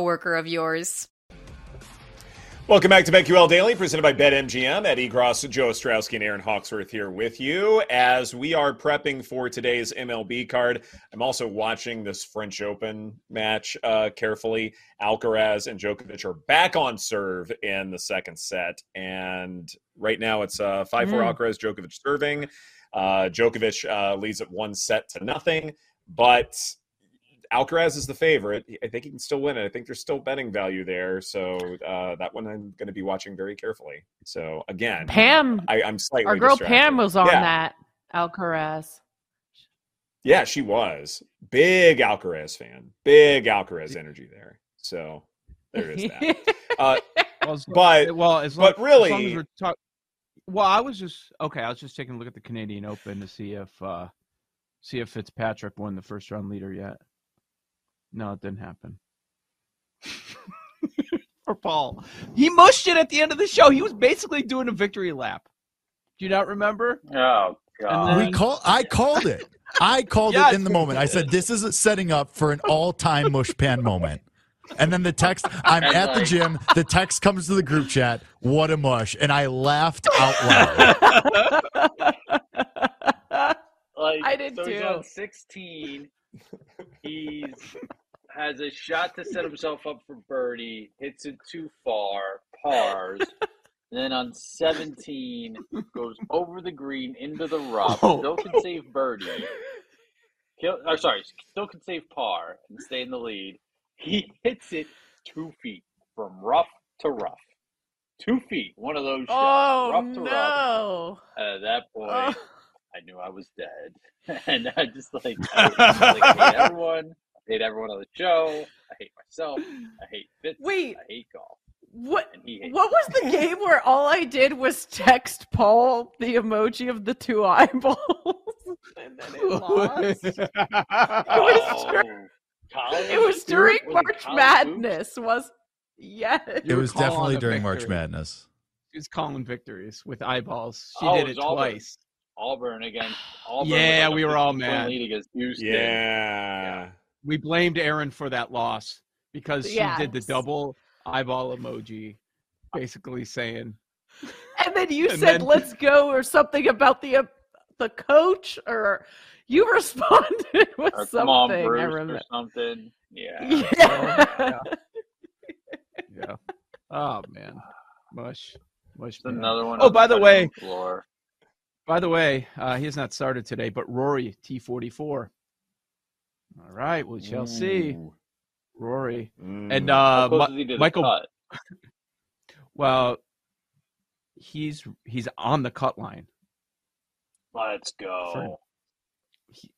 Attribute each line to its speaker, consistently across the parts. Speaker 1: coworker of yours.
Speaker 2: Welcome back to BetQL Daily, presented by BetMGM. Eddie Gross, Joe Ostrowski, and Aaron Hawksworth here with you as we are prepping for today's MLB card. I'm also watching this French Open match uh, carefully. Alcaraz and Djokovic are back on serve in the second set, and right now it's uh, five mm. four Alcaraz, Djokovic serving. Uh, Djokovic uh, leads at one set to nothing, but Alcaraz is the favorite. I think he can still win it. I think there's still betting value there. So uh, that one I'm going to be watching very carefully. So again,
Speaker 3: Pam,
Speaker 2: I, am slightly
Speaker 3: our girl
Speaker 2: distracted.
Speaker 3: Pam was on yeah. that Alcaraz.
Speaker 2: Yeah, she was big Alcaraz fan. Big Alcaraz energy there. So there is that. uh,
Speaker 4: well,
Speaker 2: but
Speaker 4: well, as
Speaker 2: long, but really,
Speaker 4: as long as we're talk- well, I was just okay. I was just taking a look at the Canadian Open to see if uh, see if Fitzpatrick won the first round leader yet. No, it didn't happen. For Paul. He mushed it at the end of the show. He was basically doing a victory lap. Do you not remember?
Speaker 5: Oh god.
Speaker 6: Then... We call I called it. I called yes, it in the moment. I said this is setting up for an all-time mush pan moment. And then the text, I'm and at like... the gym. The text comes to the group chat. What a mush. And I laughed out
Speaker 5: loud. like, I did so too. on 16 he's has a shot to set himself up for birdie, hits it too far, pars. then on 17 goes over the green into the rough. Oh. Still can save birdie. Kill, or sorry, still can save par and stay in the lead. He hits it two feet from rough to rough. Two feet, one of those
Speaker 3: shots,
Speaker 5: oh, rough to
Speaker 3: no.
Speaker 5: rough. And at that point, oh. I knew I was dead, and I just like, I, just, like I hate everyone, I hate everyone on the show, I hate myself, I hate Fitz,
Speaker 3: Wait,
Speaker 5: I hate golf.
Speaker 3: What what was the game where all I did was text Paul the emoji of the two eyeballs, and then it lost? it was
Speaker 5: Oh,
Speaker 3: during, it was during March Madness, was yes.
Speaker 6: It was definitely during March Madness.
Speaker 4: She was calling victories with eyeballs. She oh, did it, it twice.
Speaker 5: The- Auburn against Auburn.
Speaker 4: Yeah, we were all mad.
Speaker 5: against Houston.
Speaker 2: Yeah. yeah.
Speaker 4: We blamed Aaron for that loss because she yes. did the double eyeball emoji, basically saying.
Speaker 3: And then you and said, then, let's go, or something about the uh, the coach, or you responded with
Speaker 2: Oh,
Speaker 5: or,
Speaker 3: something.
Speaker 5: On, or something. Yeah.
Speaker 3: Yeah. yeah.
Speaker 4: yeah. Oh, man. Mush. Mush.
Speaker 5: Another one.
Speaker 4: Oh, by the way.
Speaker 5: Floor.
Speaker 4: By the way, uh, he has not started today, but Rory T44. All right, we shall Ooh. see.
Speaker 2: Mm.
Speaker 4: Rory mm. and uh, Ma- Michael. well, he's he's on the cut line.
Speaker 5: Let's go. For,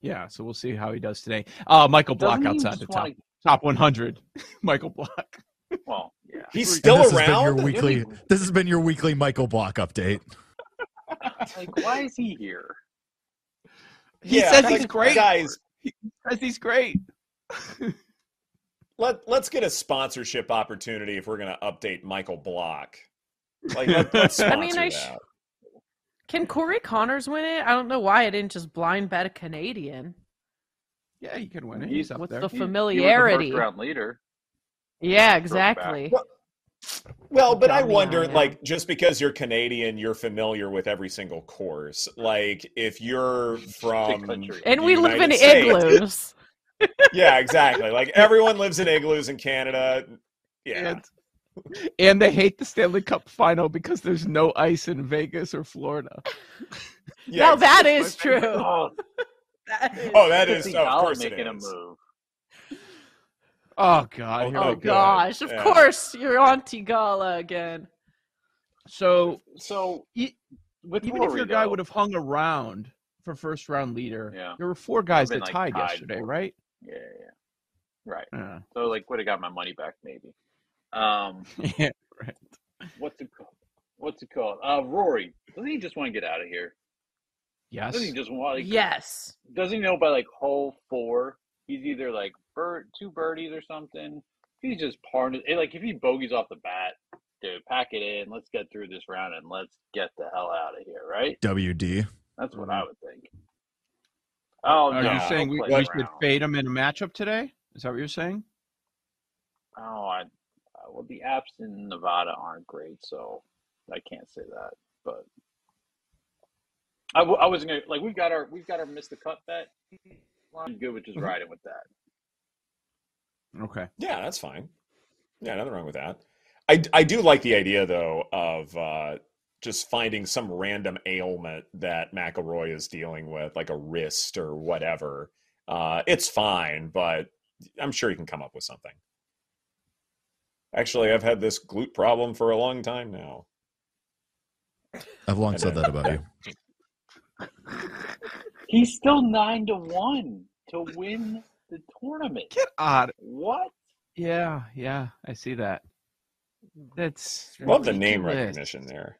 Speaker 4: yeah, so we'll see how he does today. Uh, Michael Block outside the top to... top 100. Michael Block.
Speaker 5: Well, yeah,
Speaker 2: he's still
Speaker 6: this
Speaker 2: around.
Speaker 6: Has weekly, this has been your weekly Michael Block update.
Speaker 5: like, why is he here?
Speaker 4: He yeah, says he's great. Guys, he says he's great.
Speaker 2: Let Let's get a sponsorship opportunity if we're going to update Michael Block. Like, let, us
Speaker 3: I
Speaker 2: sponsor
Speaker 3: mean, I
Speaker 2: that.
Speaker 3: sh- Can Corey Connors win it? I don't know why I didn't just blind bet a Canadian.
Speaker 4: Yeah, you could win it.
Speaker 5: You-
Speaker 4: He's up
Speaker 3: What's
Speaker 4: there.
Speaker 3: the
Speaker 5: You-
Speaker 3: familiarity?
Speaker 5: You were the first round leader.
Speaker 3: yeah,
Speaker 5: back.
Speaker 3: exactly.
Speaker 2: Well- Well, but I
Speaker 3: Dummy,
Speaker 2: wonder,
Speaker 3: yeah.
Speaker 2: like, just because you're Canadian, you're familiar with every single course. Like, if you're from,
Speaker 5: country.
Speaker 3: And
Speaker 2: the
Speaker 3: we live in
Speaker 2: United States-
Speaker 3: igloos.
Speaker 2: yeah, exactly. Like everyone lives in igloos in Canada. Yeah,
Speaker 4: And, and they hate the Stanley Cup final because there's no ice in Vegas or Florida.
Speaker 2: yeah.
Speaker 3: now that is true.
Speaker 5: Oh,
Speaker 3: That is-
Speaker 2: oh, that is
Speaker 5: Chrissy
Speaker 2: oh, of
Speaker 5: Dollar
Speaker 2: course it
Speaker 5: making a
Speaker 2: is.
Speaker 5: move.
Speaker 4: Oh God! here
Speaker 2: Oh,
Speaker 4: we
Speaker 3: oh
Speaker 2: God.
Speaker 4: go.
Speaker 3: gosh! Of
Speaker 2: Yeah.
Speaker 3: course, you're on Tigala again.
Speaker 4: So
Speaker 5: So
Speaker 4: E-
Speaker 5: with
Speaker 4: even if
Speaker 5: Rory,
Speaker 4: your guy
Speaker 5: though-
Speaker 4: would have hung around for first round leader,
Speaker 5: Yeah.
Speaker 4: there were four guys
Speaker 5: been,
Speaker 4: that
Speaker 5: like,
Speaker 4: tied
Speaker 5: tied
Speaker 4: yesterday,
Speaker 5: for-
Speaker 4: right? Uh,
Speaker 5: yeah, yeah, yeah. right.
Speaker 4: Yeah.
Speaker 5: So like, would have got my money back maybe. Um,
Speaker 4: yeah.
Speaker 5: what's it called? What's it called? Uh, Rory doesn't he just want to get out of here?
Speaker 4: Yes.
Speaker 5: Doesn't he just want? Like,
Speaker 3: yes.
Speaker 5: Doesn't he know by like hole four? He's either like bird, two birdies or something. He's just parned it. Like if he bogeys off the bat, dude, pack it in. Let's get through this round and let's get the hell out of here, right?
Speaker 6: WD.
Speaker 5: That's what I would think. Oh,
Speaker 4: Are
Speaker 5: no,
Speaker 4: you
Speaker 5: I'll
Speaker 4: saying we,
Speaker 5: play
Speaker 4: we
Speaker 5: around.
Speaker 4: should fade him in a matchup today? Is that what you're saying?
Speaker 5: Oh, I, uh, well, the apps in Nevada aren't great, so I can't say that. But I, w- I wasn't gonna like we've got our we've got our miss the cut bet. I'm good with just
Speaker 4: Mhm.
Speaker 5: riding with that.
Speaker 4: Okay.
Speaker 2: Yeah, that's fine. Yeah, nothing wrong with that. I, I do like the idea though of uh, just finding some random ailment that McElroy is dealing with, like a wrist or whatever. Uh, it's fine, but I'm sure he can come up with something. Actually, I've had this glute problem for a long time now.
Speaker 6: I've long said that about you.
Speaker 5: He's still nine to one to win the tournament.
Speaker 4: Get out.
Speaker 5: What?
Speaker 4: Yeah. Yeah. I see that. That's
Speaker 2: Love the name
Speaker 4: ridiculous.
Speaker 2: recognition there.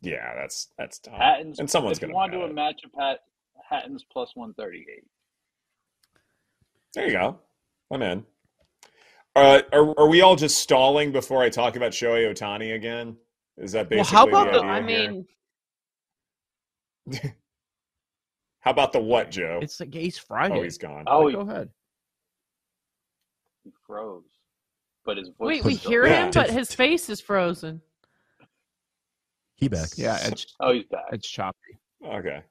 Speaker 2: Yeah, that's that's dumb.
Speaker 5: Hatton's
Speaker 2: and someone's
Speaker 5: if you
Speaker 2: gonna.
Speaker 5: want
Speaker 2: bet
Speaker 5: to do a
Speaker 2: it.
Speaker 5: matchup, Hat, Hatton's plus one thirty eight.
Speaker 2: There you go. I'm in. Uh, are, are we all just stalling before I talk about Shohei Otani again? Is that
Speaker 4: Well,
Speaker 2: basically
Speaker 4: how about
Speaker 2: the
Speaker 4: the-
Speaker 2: idea
Speaker 3: I
Speaker 2: here?
Speaker 3: mean,
Speaker 2: how about the what, Joe?
Speaker 4: It's like Ace
Speaker 2: oh,
Speaker 4: Friday.
Speaker 2: he's gone.
Speaker 5: Oh,
Speaker 4: go ahead.
Speaker 5: he froze, but his voice.
Speaker 3: wait,
Speaker 5: was
Speaker 3: we
Speaker 5: still
Speaker 3: hear
Speaker 5: there.
Speaker 3: him, but his face is frozen.
Speaker 6: He back.
Speaker 4: Yeah. It's
Speaker 5: Oh, he's back.
Speaker 4: it's choppy.
Speaker 2: Okay.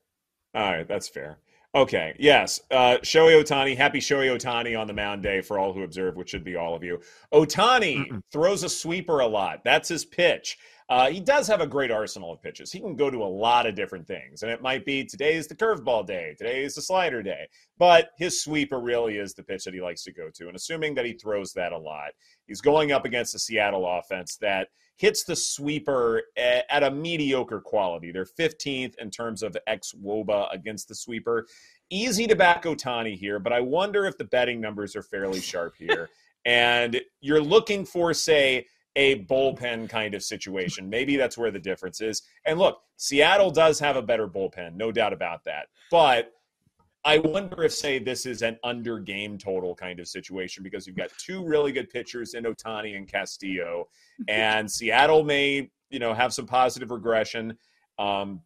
Speaker 2: All right, that's fair. Okay. Yes. Uh, Shohei Otani. Happy Shohei Otani on the mound day for all who observe, which should be all of you. Otani
Speaker 4: Mm-mm.
Speaker 2: throws a sweeper a lot. That's his pitch. Uh, he does have a great arsenal of pitches. He can go to a lot of different things. And it might be today is the curveball day, today is the slider day. But his sweeper really is the pitch that he likes to go to. And assuming that he throws that a lot, he's going up against the Seattle offense that hits the sweeper a- at a mediocre quality. They're 15th in terms of ex Woba against the sweeper. Easy to back Otani here, but I wonder if the betting numbers are fairly sharp here. and you're looking for, say, a bullpen kind of situation. Maybe that's where the difference is. And look, Seattle does have a better bullpen, no doubt about that. But I wonder if, say, this is an under game total kind of situation because you've got two really good pitchers in Otani and Castillo, and Seattle may, you know, have some positive regression. Um,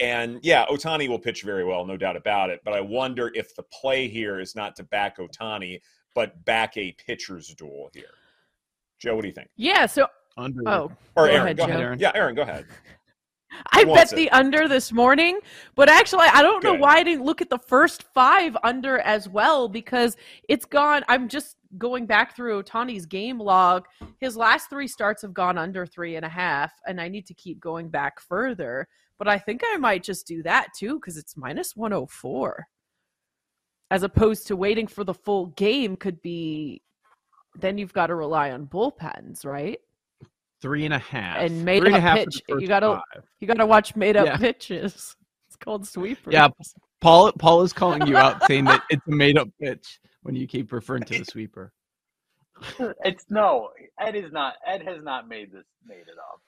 Speaker 2: and yeah, Otani will pitch very well, no doubt about it. But I wonder if the play here is not to back Otani, but back a pitcher's duel here. Joe, what do you think?
Speaker 3: Yeah. So,
Speaker 4: Under.
Speaker 3: oh,
Speaker 2: Or
Speaker 3: Go
Speaker 2: Aaron,
Speaker 3: ahead,
Speaker 2: go ahead.
Speaker 3: Joe.
Speaker 2: Yeah, Aaron, go ahead.
Speaker 3: I
Speaker 2: Who wants
Speaker 3: bet
Speaker 2: it?
Speaker 3: the under this morning, but actually, I don't know
Speaker 2: Good.
Speaker 3: why I didn't look at the first five under as well because it's gone. I'm just going back through Otani's game log. His last three starts have gone under three and a half, and I need to keep going back further. But I think I might just do that too because it's minus 104 as opposed to waiting for the full game, could be then you've got to rely on bullpens, right?
Speaker 4: Three and a half.
Speaker 3: And made
Speaker 4: Three and a
Speaker 3: up
Speaker 4: half for the
Speaker 3: pitch.
Speaker 4: first
Speaker 3: You gotta-
Speaker 4: five.
Speaker 3: You got to watch made up
Speaker 4: Yeah.
Speaker 3: pitches. It's called sweepers.
Speaker 4: Yeah, Paul. Paul is calling you out, saying that it's a made-up pitch when you keep referring to the sweeper.
Speaker 5: It's no. Ed is not. Ed has not made this. Made it up.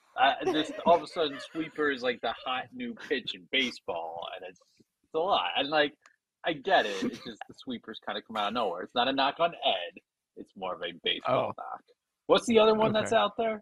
Speaker 5: Uh, this all of a sudden, sweeper is like the hot new pitch in baseball, and it's, it's a lot. And like I get it. It's just the sweepers kind of come out of nowhere. It's not a knock on Ed. It's more of a baseball
Speaker 4: Oh.
Speaker 5: knock. What's the other one that's
Speaker 4: Okay.
Speaker 5: out there?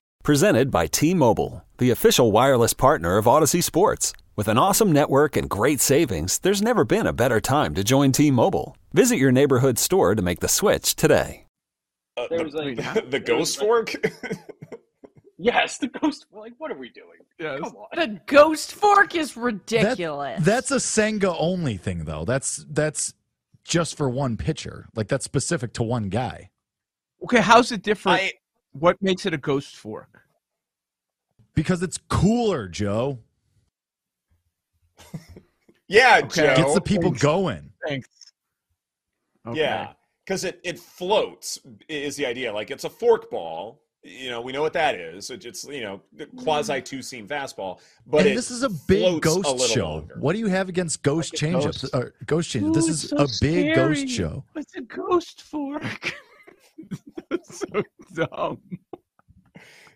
Speaker 7: Presented by T Mobile, the official wireless partner of Odyssey Sports. With an awesome network and great savings, there's never been a better time to join T Mobile. Visit your neighborhood store to make the switch today.
Speaker 2: Uh,
Speaker 5: There
Speaker 2: the,
Speaker 5: was, like,
Speaker 2: the- the
Speaker 5: there was,
Speaker 2: ghost fork.
Speaker 5: Yes, the ghost. Like, what are we doing?
Speaker 4: Yes.
Speaker 5: Come on.
Speaker 3: The ghost fork is
Speaker 6: That-
Speaker 3: ridiculous.
Speaker 6: that's a Senga only thing though. That's that's just for one pitcher. Like that's specific to one guy.
Speaker 4: Okay, how's it different?
Speaker 2: I-
Speaker 4: what makes it a ghost fork?
Speaker 6: Because it's cooler, Joe.
Speaker 2: yeah, Joe.
Speaker 4: Okay.
Speaker 6: Gets the people going.
Speaker 4: Thanks.
Speaker 2: Yeah, because it it floats is the idea. Like it's a fork ball. You know, we know what that is. It- It's you know quasi two seam fastball. But
Speaker 6: Mm-hmm. and
Speaker 2: it
Speaker 6: this is a big
Speaker 2: floats a
Speaker 6: ghost
Speaker 2: little
Speaker 6: show.
Speaker 2: longer.
Speaker 6: What do you have against ghost
Speaker 4: Like a
Speaker 6: changeups?
Speaker 4: ghost.
Speaker 6: Or ghost change. This
Speaker 4: Ooh,
Speaker 6: is
Speaker 4: it's so
Speaker 6: a big
Speaker 4: scary.
Speaker 6: ghost show.
Speaker 4: It's a ghost fork. That's so dumb.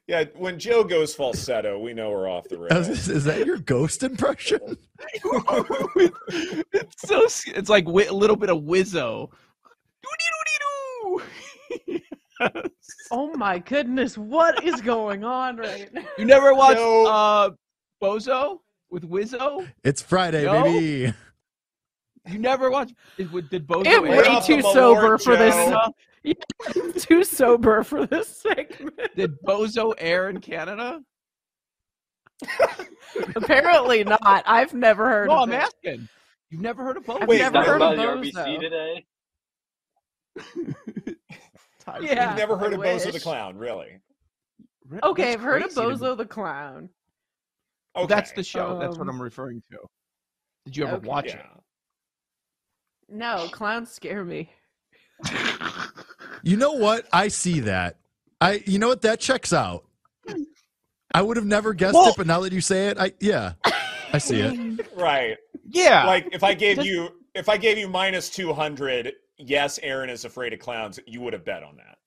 Speaker 2: Yeah, when Joe goes falsetto, we know we're off the rails.
Speaker 6: Is, is that your ghost impression?
Speaker 4: it's so. sc- It's like wi- a little bit of Wizzo. Doody-doody-doo.
Speaker 3: oh my goodness, what is going on right now?
Speaker 4: you never watched
Speaker 2: No.
Speaker 4: uh, Bozo with Wizzo.
Speaker 6: It's Friday,
Speaker 4: No?
Speaker 6: baby.
Speaker 4: You never watched. Is, what- did Bozo?
Speaker 3: I'm
Speaker 4: air?
Speaker 3: way
Speaker 2: off
Speaker 3: too
Speaker 2: the
Speaker 3: sober
Speaker 2: Malort,
Speaker 3: for this.
Speaker 2: Joe.
Speaker 3: stuff. Yeah, I'm too sober for this segment.
Speaker 4: Did Bozo air in Canada?
Speaker 3: Apparently not. I've never heard
Speaker 4: No,
Speaker 3: of
Speaker 4: I'm
Speaker 3: it.
Speaker 4: asking. You've never heard of Bozo?
Speaker 3: I've
Speaker 2: Wait,
Speaker 3: never
Speaker 2: what
Speaker 3: heard
Speaker 5: about
Speaker 3: of
Speaker 5: the
Speaker 3: Bozo.
Speaker 5: RBC today?
Speaker 3: Yeah,
Speaker 2: You've never heard
Speaker 3: I
Speaker 2: of Bozo the
Speaker 3: wish.
Speaker 2: Clown, really?
Speaker 4: Re-
Speaker 3: Okay,
Speaker 4: that's
Speaker 3: I've heard of
Speaker 4: crazy to me.
Speaker 3: Bozo the clown.
Speaker 2: Okay.
Speaker 4: That's the show. That's what
Speaker 3: Um,
Speaker 4: I'm referring to. Did you ever
Speaker 3: okay.
Speaker 4: watch
Speaker 2: yeah.
Speaker 4: it?
Speaker 3: No, clowns scare me.
Speaker 6: You know what? I see that. I you know what? That checks out. I would have never guessed
Speaker 4: Well-
Speaker 6: it, but now that you say it, I yeah. I see it.
Speaker 2: Right.
Speaker 4: Yeah.
Speaker 2: Like if I gave
Speaker 4: Just-
Speaker 2: you if I gave you minus two hundred, yes, Aaron is afraid of clowns. You would have bet on that.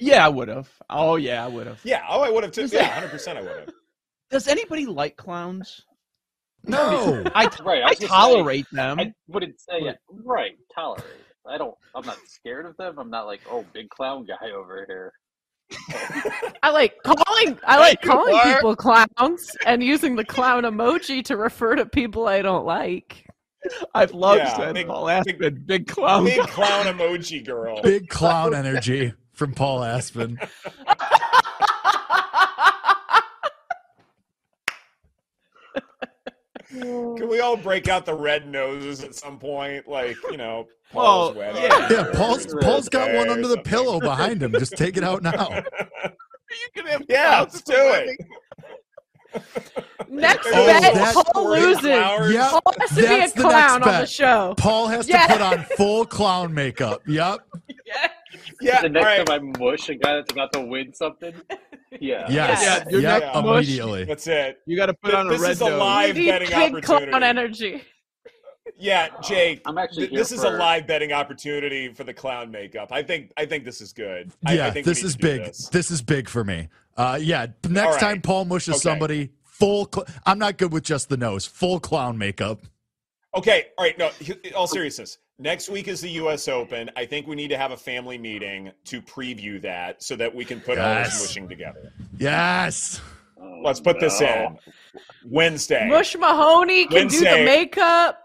Speaker 4: yeah, I would have. Oh yeah, I would have.
Speaker 2: Yeah. Oh, I would have too. Yeah, hundred percent. I would have.
Speaker 4: Does anybody like clowns?
Speaker 6: No.
Speaker 4: I,
Speaker 5: Right. I,
Speaker 4: I
Speaker 5: was gonna say,
Speaker 4: tolerate them.
Speaker 5: I wouldn't say it. Right. Tolerate. I don't. I'm not scared of them. I'm not like, oh, big clown guy over here.
Speaker 3: I like calling I like
Speaker 4: you
Speaker 3: calling
Speaker 4: are.
Speaker 3: people clowns and using the clown emoji to refer to people I don't like.
Speaker 4: I've loved
Speaker 2: Yeah,
Speaker 4: that
Speaker 2: big-
Speaker 4: Paul Aspen, big, clown.
Speaker 2: Big clown emoji girl.
Speaker 6: Oh, Big clown energy from Paul Aspen.
Speaker 2: Can we all break out the red noses at some point? Like you know,
Speaker 4: Well,
Speaker 2: Paul's wedding.
Speaker 4: yeah.
Speaker 6: Yeah, Paul's
Speaker 2: Red
Speaker 6: Paul's got
Speaker 2: day
Speaker 6: one
Speaker 2: or
Speaker 6: under the
Speaker 2: something.
Speaker 6: pillow behind him. Just take it out now.
Speaker 4: you can have
Speaker 2: Yeah, let's do it.
Speaker 3: Next
Speaker 2: Oh,
Speaker 3: bet,
Speaker 6: that's
Speaker 3: Paul
Speaker 2: great.
Speaker 3: loses.
Speaker 2: Flowers.
Speaker 6: Yep.
Speaker 3: Paul has to be a
Speaker 6: That's the next
Speaker 3: clown on the
Speaker 6: bet.
Speaker 3: show.
Speaker 6: Paul has to
Speaker 3: Yeah.
Speaker 6: put on full clown makeup. Yep.
Speaker 2: Yeah.
Speaker 5: the
Speaker 2: all
Speaker 5: next
Speaker 2: right.
Speaker 5: time I mush a guy that's about to win something. Yeah.
Speaker 6: Yes.
Speaker 4: Yeah, you're
Speaker 6: Yep,
Speaker 2: not-
Speaker 6: immediately.
Speaker 2: That's it.
Speaker 4: You got to put
Speaker 2: Th-
Speaker 4: on a
Speaker 2: this
Speaker 4: red
Speaker 2: is a
Speaker 4: nose.
Speaker 2: live
Speaker 3: We need
Speaker 2: betting
Speaker 3: big
Speaker 2: opportunity.
Speaker 3: clown energy.
Speaker 2: Yeah, Jake.
Speaker 5: I'm actually
Speaker 2: th- this
Speaker 5: here
Speaker 2: is a
Speaker 5: for-
Speaker 2: live betting opportunity for the clown makeup. I think I think this is good. I-
Speaker 6: Yeah,
Speaker 2: I think we
Speaker 6: this
Speaker 2: need
Speaker 6: is
Speaker 2: to do
Speaker 6: big.
Speaker 2: this.
Speaker 6: This. is big for me. Uh, yeah, next
Speaker 2: All right.
Speaker 6: time Paul mushes
Speaker 2: Okay.
Speaker 6: somebody, full. Cl- I'm not good with just the nose. Full clown makeup.
Speaker 2: Okay, all right. No, he- all seriousness. Next week is the U.S. Open. I think we need to have a family meeting to preview that so that we can put all
Speaker 6: Yes.
Speaker 2: this mushing together.
Speaker 6: Yes.
Speaker 5: oh,
Speaker 2: Let's put this in Wednesday.
Speaker 3: Mush Mahoney can do
Speaker 2: Wednesday.
Speaker 3: the makeup.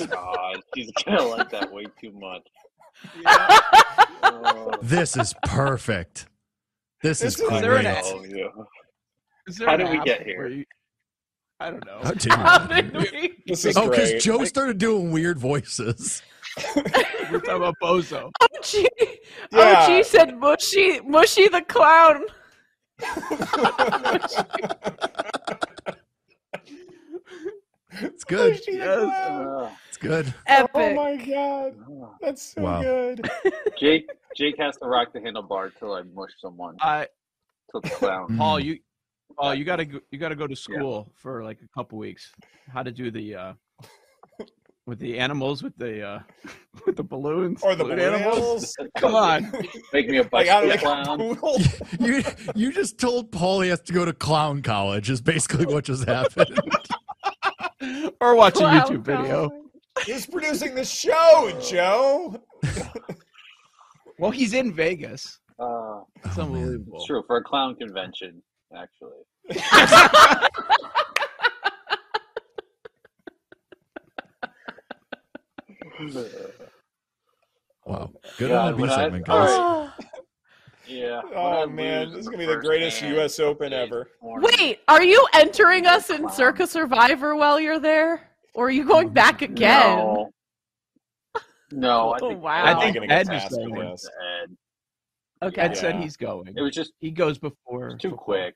Speaker 5: Oh, God. She's going to like that way too much.
Speaker 6: this is perfect. This,
Speaker 5: This
Speaker 6: is
Speaker 5: is-
Speaker 6: great.
Speaker 5: Is
Speaker 4: there an
Speaker 5: Oh, yeah.
Speaker 4: Is
Speaker 5: How
Speaker 4: an
Speaker 5: did we
Speaker 4: app
Speaker 5: get here?
Speaker 4: where you- I don't know.
Speaker 6: How dare you.
Speaker 3: How did we-
Speaker 2: This is
Speaker 6: oh, because
Speaker 2: great.
Speaker 6: Joe started doing weird voices.
Speaker 4: We're talking about Bozo.
Speaker 3: Ochi,
Speaker 2: Yeah.
Speaker 3: Ochi said mushy, mushy the clown.
Speaker 2: Oh
Speaker 6: It's good.
Speaker 4: Yes.
Speaker 5: Oh,
Speaker 6: It's good.
Speaker 3: Epic.
Speaker 2: Oh god, that's so
Speaker 6: Wow.
Speaker 2: good.
Speaker 5: Jake Jake has to rock the handlebar till I mush someone.
Speaker 4: I,
Speaker 5: Till the
Speaker 6: Mm.
Speaker 5: clown.
Speaker 4: Paul, you, Paul, you gotta, go, you gotta go to school for like a couple weeks. How to do the, uh, with the animals, with the, uh, with the balloons,
Speaker 2: Or the animals.
Speaker 4: Come on,
Speaker 5: Make me a
Speaker 2: Like
Speaker 5: bike
Speaker 2: out of the
Speaker 5: clown.
Speaker 2: poodle.
Speaker 6: You you just told Paul he has to go to clown college. Is basically what just happened.
Speaker 4: or watch a
Speaker 3: Clown
Speaker 4: YouTube video.
Speaker 3: clown.
Speaker 2: He's producing the show, Joe.
Speaker 4: Well, he's in Vegas.
Speaker 5: Uh,
Speaker 4: It's unbelievable.
Speaker 5: it's true for a clown convention, actually.
Speaker 6: Wow. Good
Speaker 5: Yeah,
Speaker 6: MLB
Speaker 5: when I-
Speaker 6: segment,
Speaker 5: all
Speaker 6: guys.
Speaker 5: right.
Speaker 3: Oh.
Speaker 5: Yeah. when I
Speaker 2: Oh man,
Speaker 5: lose
Speaker 2: this is
Speaker 5: the
Speaker 2: gonna be the
Speaker 5: first
Speaker 2: greatest
Speaker 5: hand,
Speaker 2: U.S. Open
Speaker 5: it's
Speaker 2: ever.
Speaker 5: horrible.
Speaker 3: Wait, are you entering us in Circus Survivor while you're there? Or are you going back again?
Speaker 5: No. No, I
Speaker 3: Oh,
Speaker 5: think
Speaker 3: wow.
Speaker 4: I
Speaker 2: Probably
Speaker 4: think
Speaker 2: gonna
Speaker 4: Ed
Speaker 2: get
Speaker 4: is
Speaker 2: tasked with
Speaker 4: going.
Speaker 2: this.
Speaker 5: Ed.
Speaker 3: Okay.
Speaker 4: Ed said
Speaker 2: Yeah.
Speaker 4: he's going.
Speaker 5: It was just
Speaker 4: He goes before.
Speaker 5: too
Speaker 4: before-
Speaker 5: quick,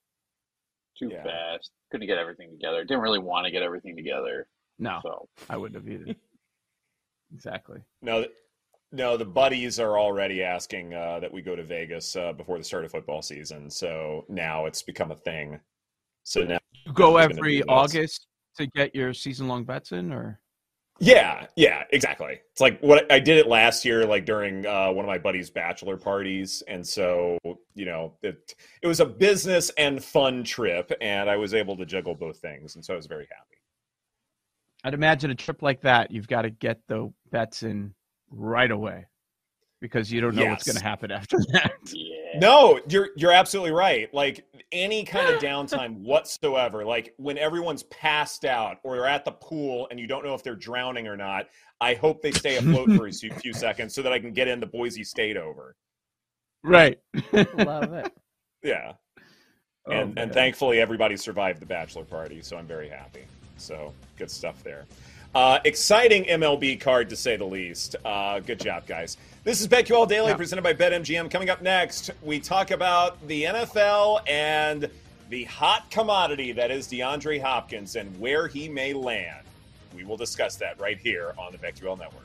Speaker 5: too
Speaker 2: Yeah.
Speaker 5: fast. Couldn't get everything together. Didn't really want to get everything together.
Speaker 4: No,
Speaker 5: So
Speaker 4: I wouldn't have either. exactly.
Speaker 2: No, th- no, the buddies are already asking uh, that we go to Vegas uh, before the start of football season. So now it's become a thing. So now,
Speaker 4: You go
Speaker 2: We're gonna
Speaker 4: every
Speaker 2: do this.
Speaker 4: August to get your season-long bets in, or
Speaker 2: yeah, yeah, exactly. It's like what I did it last year, like during uh, one of my buddies' bachelor parties, and so you know, it it was a business and fun trip, and I was able to juggle both things, and so I was very happy.
Speaker 4: I'd imagine a trip like that, you've got to get the bets in right away because you don't know what's
Speaker 2: Yes.
Speaker 4: going to happen after that.
Speaker 5: yeah.
Speaker 2: No, you're you're absolutely right. Like any kind of downtime whatsoever, like when everyone's passed out or they're at the pool and you don't know if they're drowning or not, I hope they stay afloat for a few few seconds so that I can get in the Boise State over.
Speaker 4: right.
Speaker 3: Love it.
Speaker 2: Yeah.
Speaker 4: Oh,
Speaker 2: And
Speaker 4: man.
Speaker 2: and thankfully everybody survived the bachelor party, so I'm very happy. So, good stuff there. Uh, exciting MLB card to say the least. Uh, good job, guys. This is BetQL Daily
Speaker 4: Yeah.
Speaker 2: presented by BetMGM. Coming up next, we talk about the NFL and the hot commodity that is DeAndre Hopkins and where he may land. We will discuss that right here on the BetQL Network.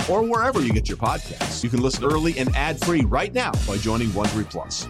Speaker 2: or wherever you get your podcasts. You can listen early and ad free right now by joining Wondery Plus.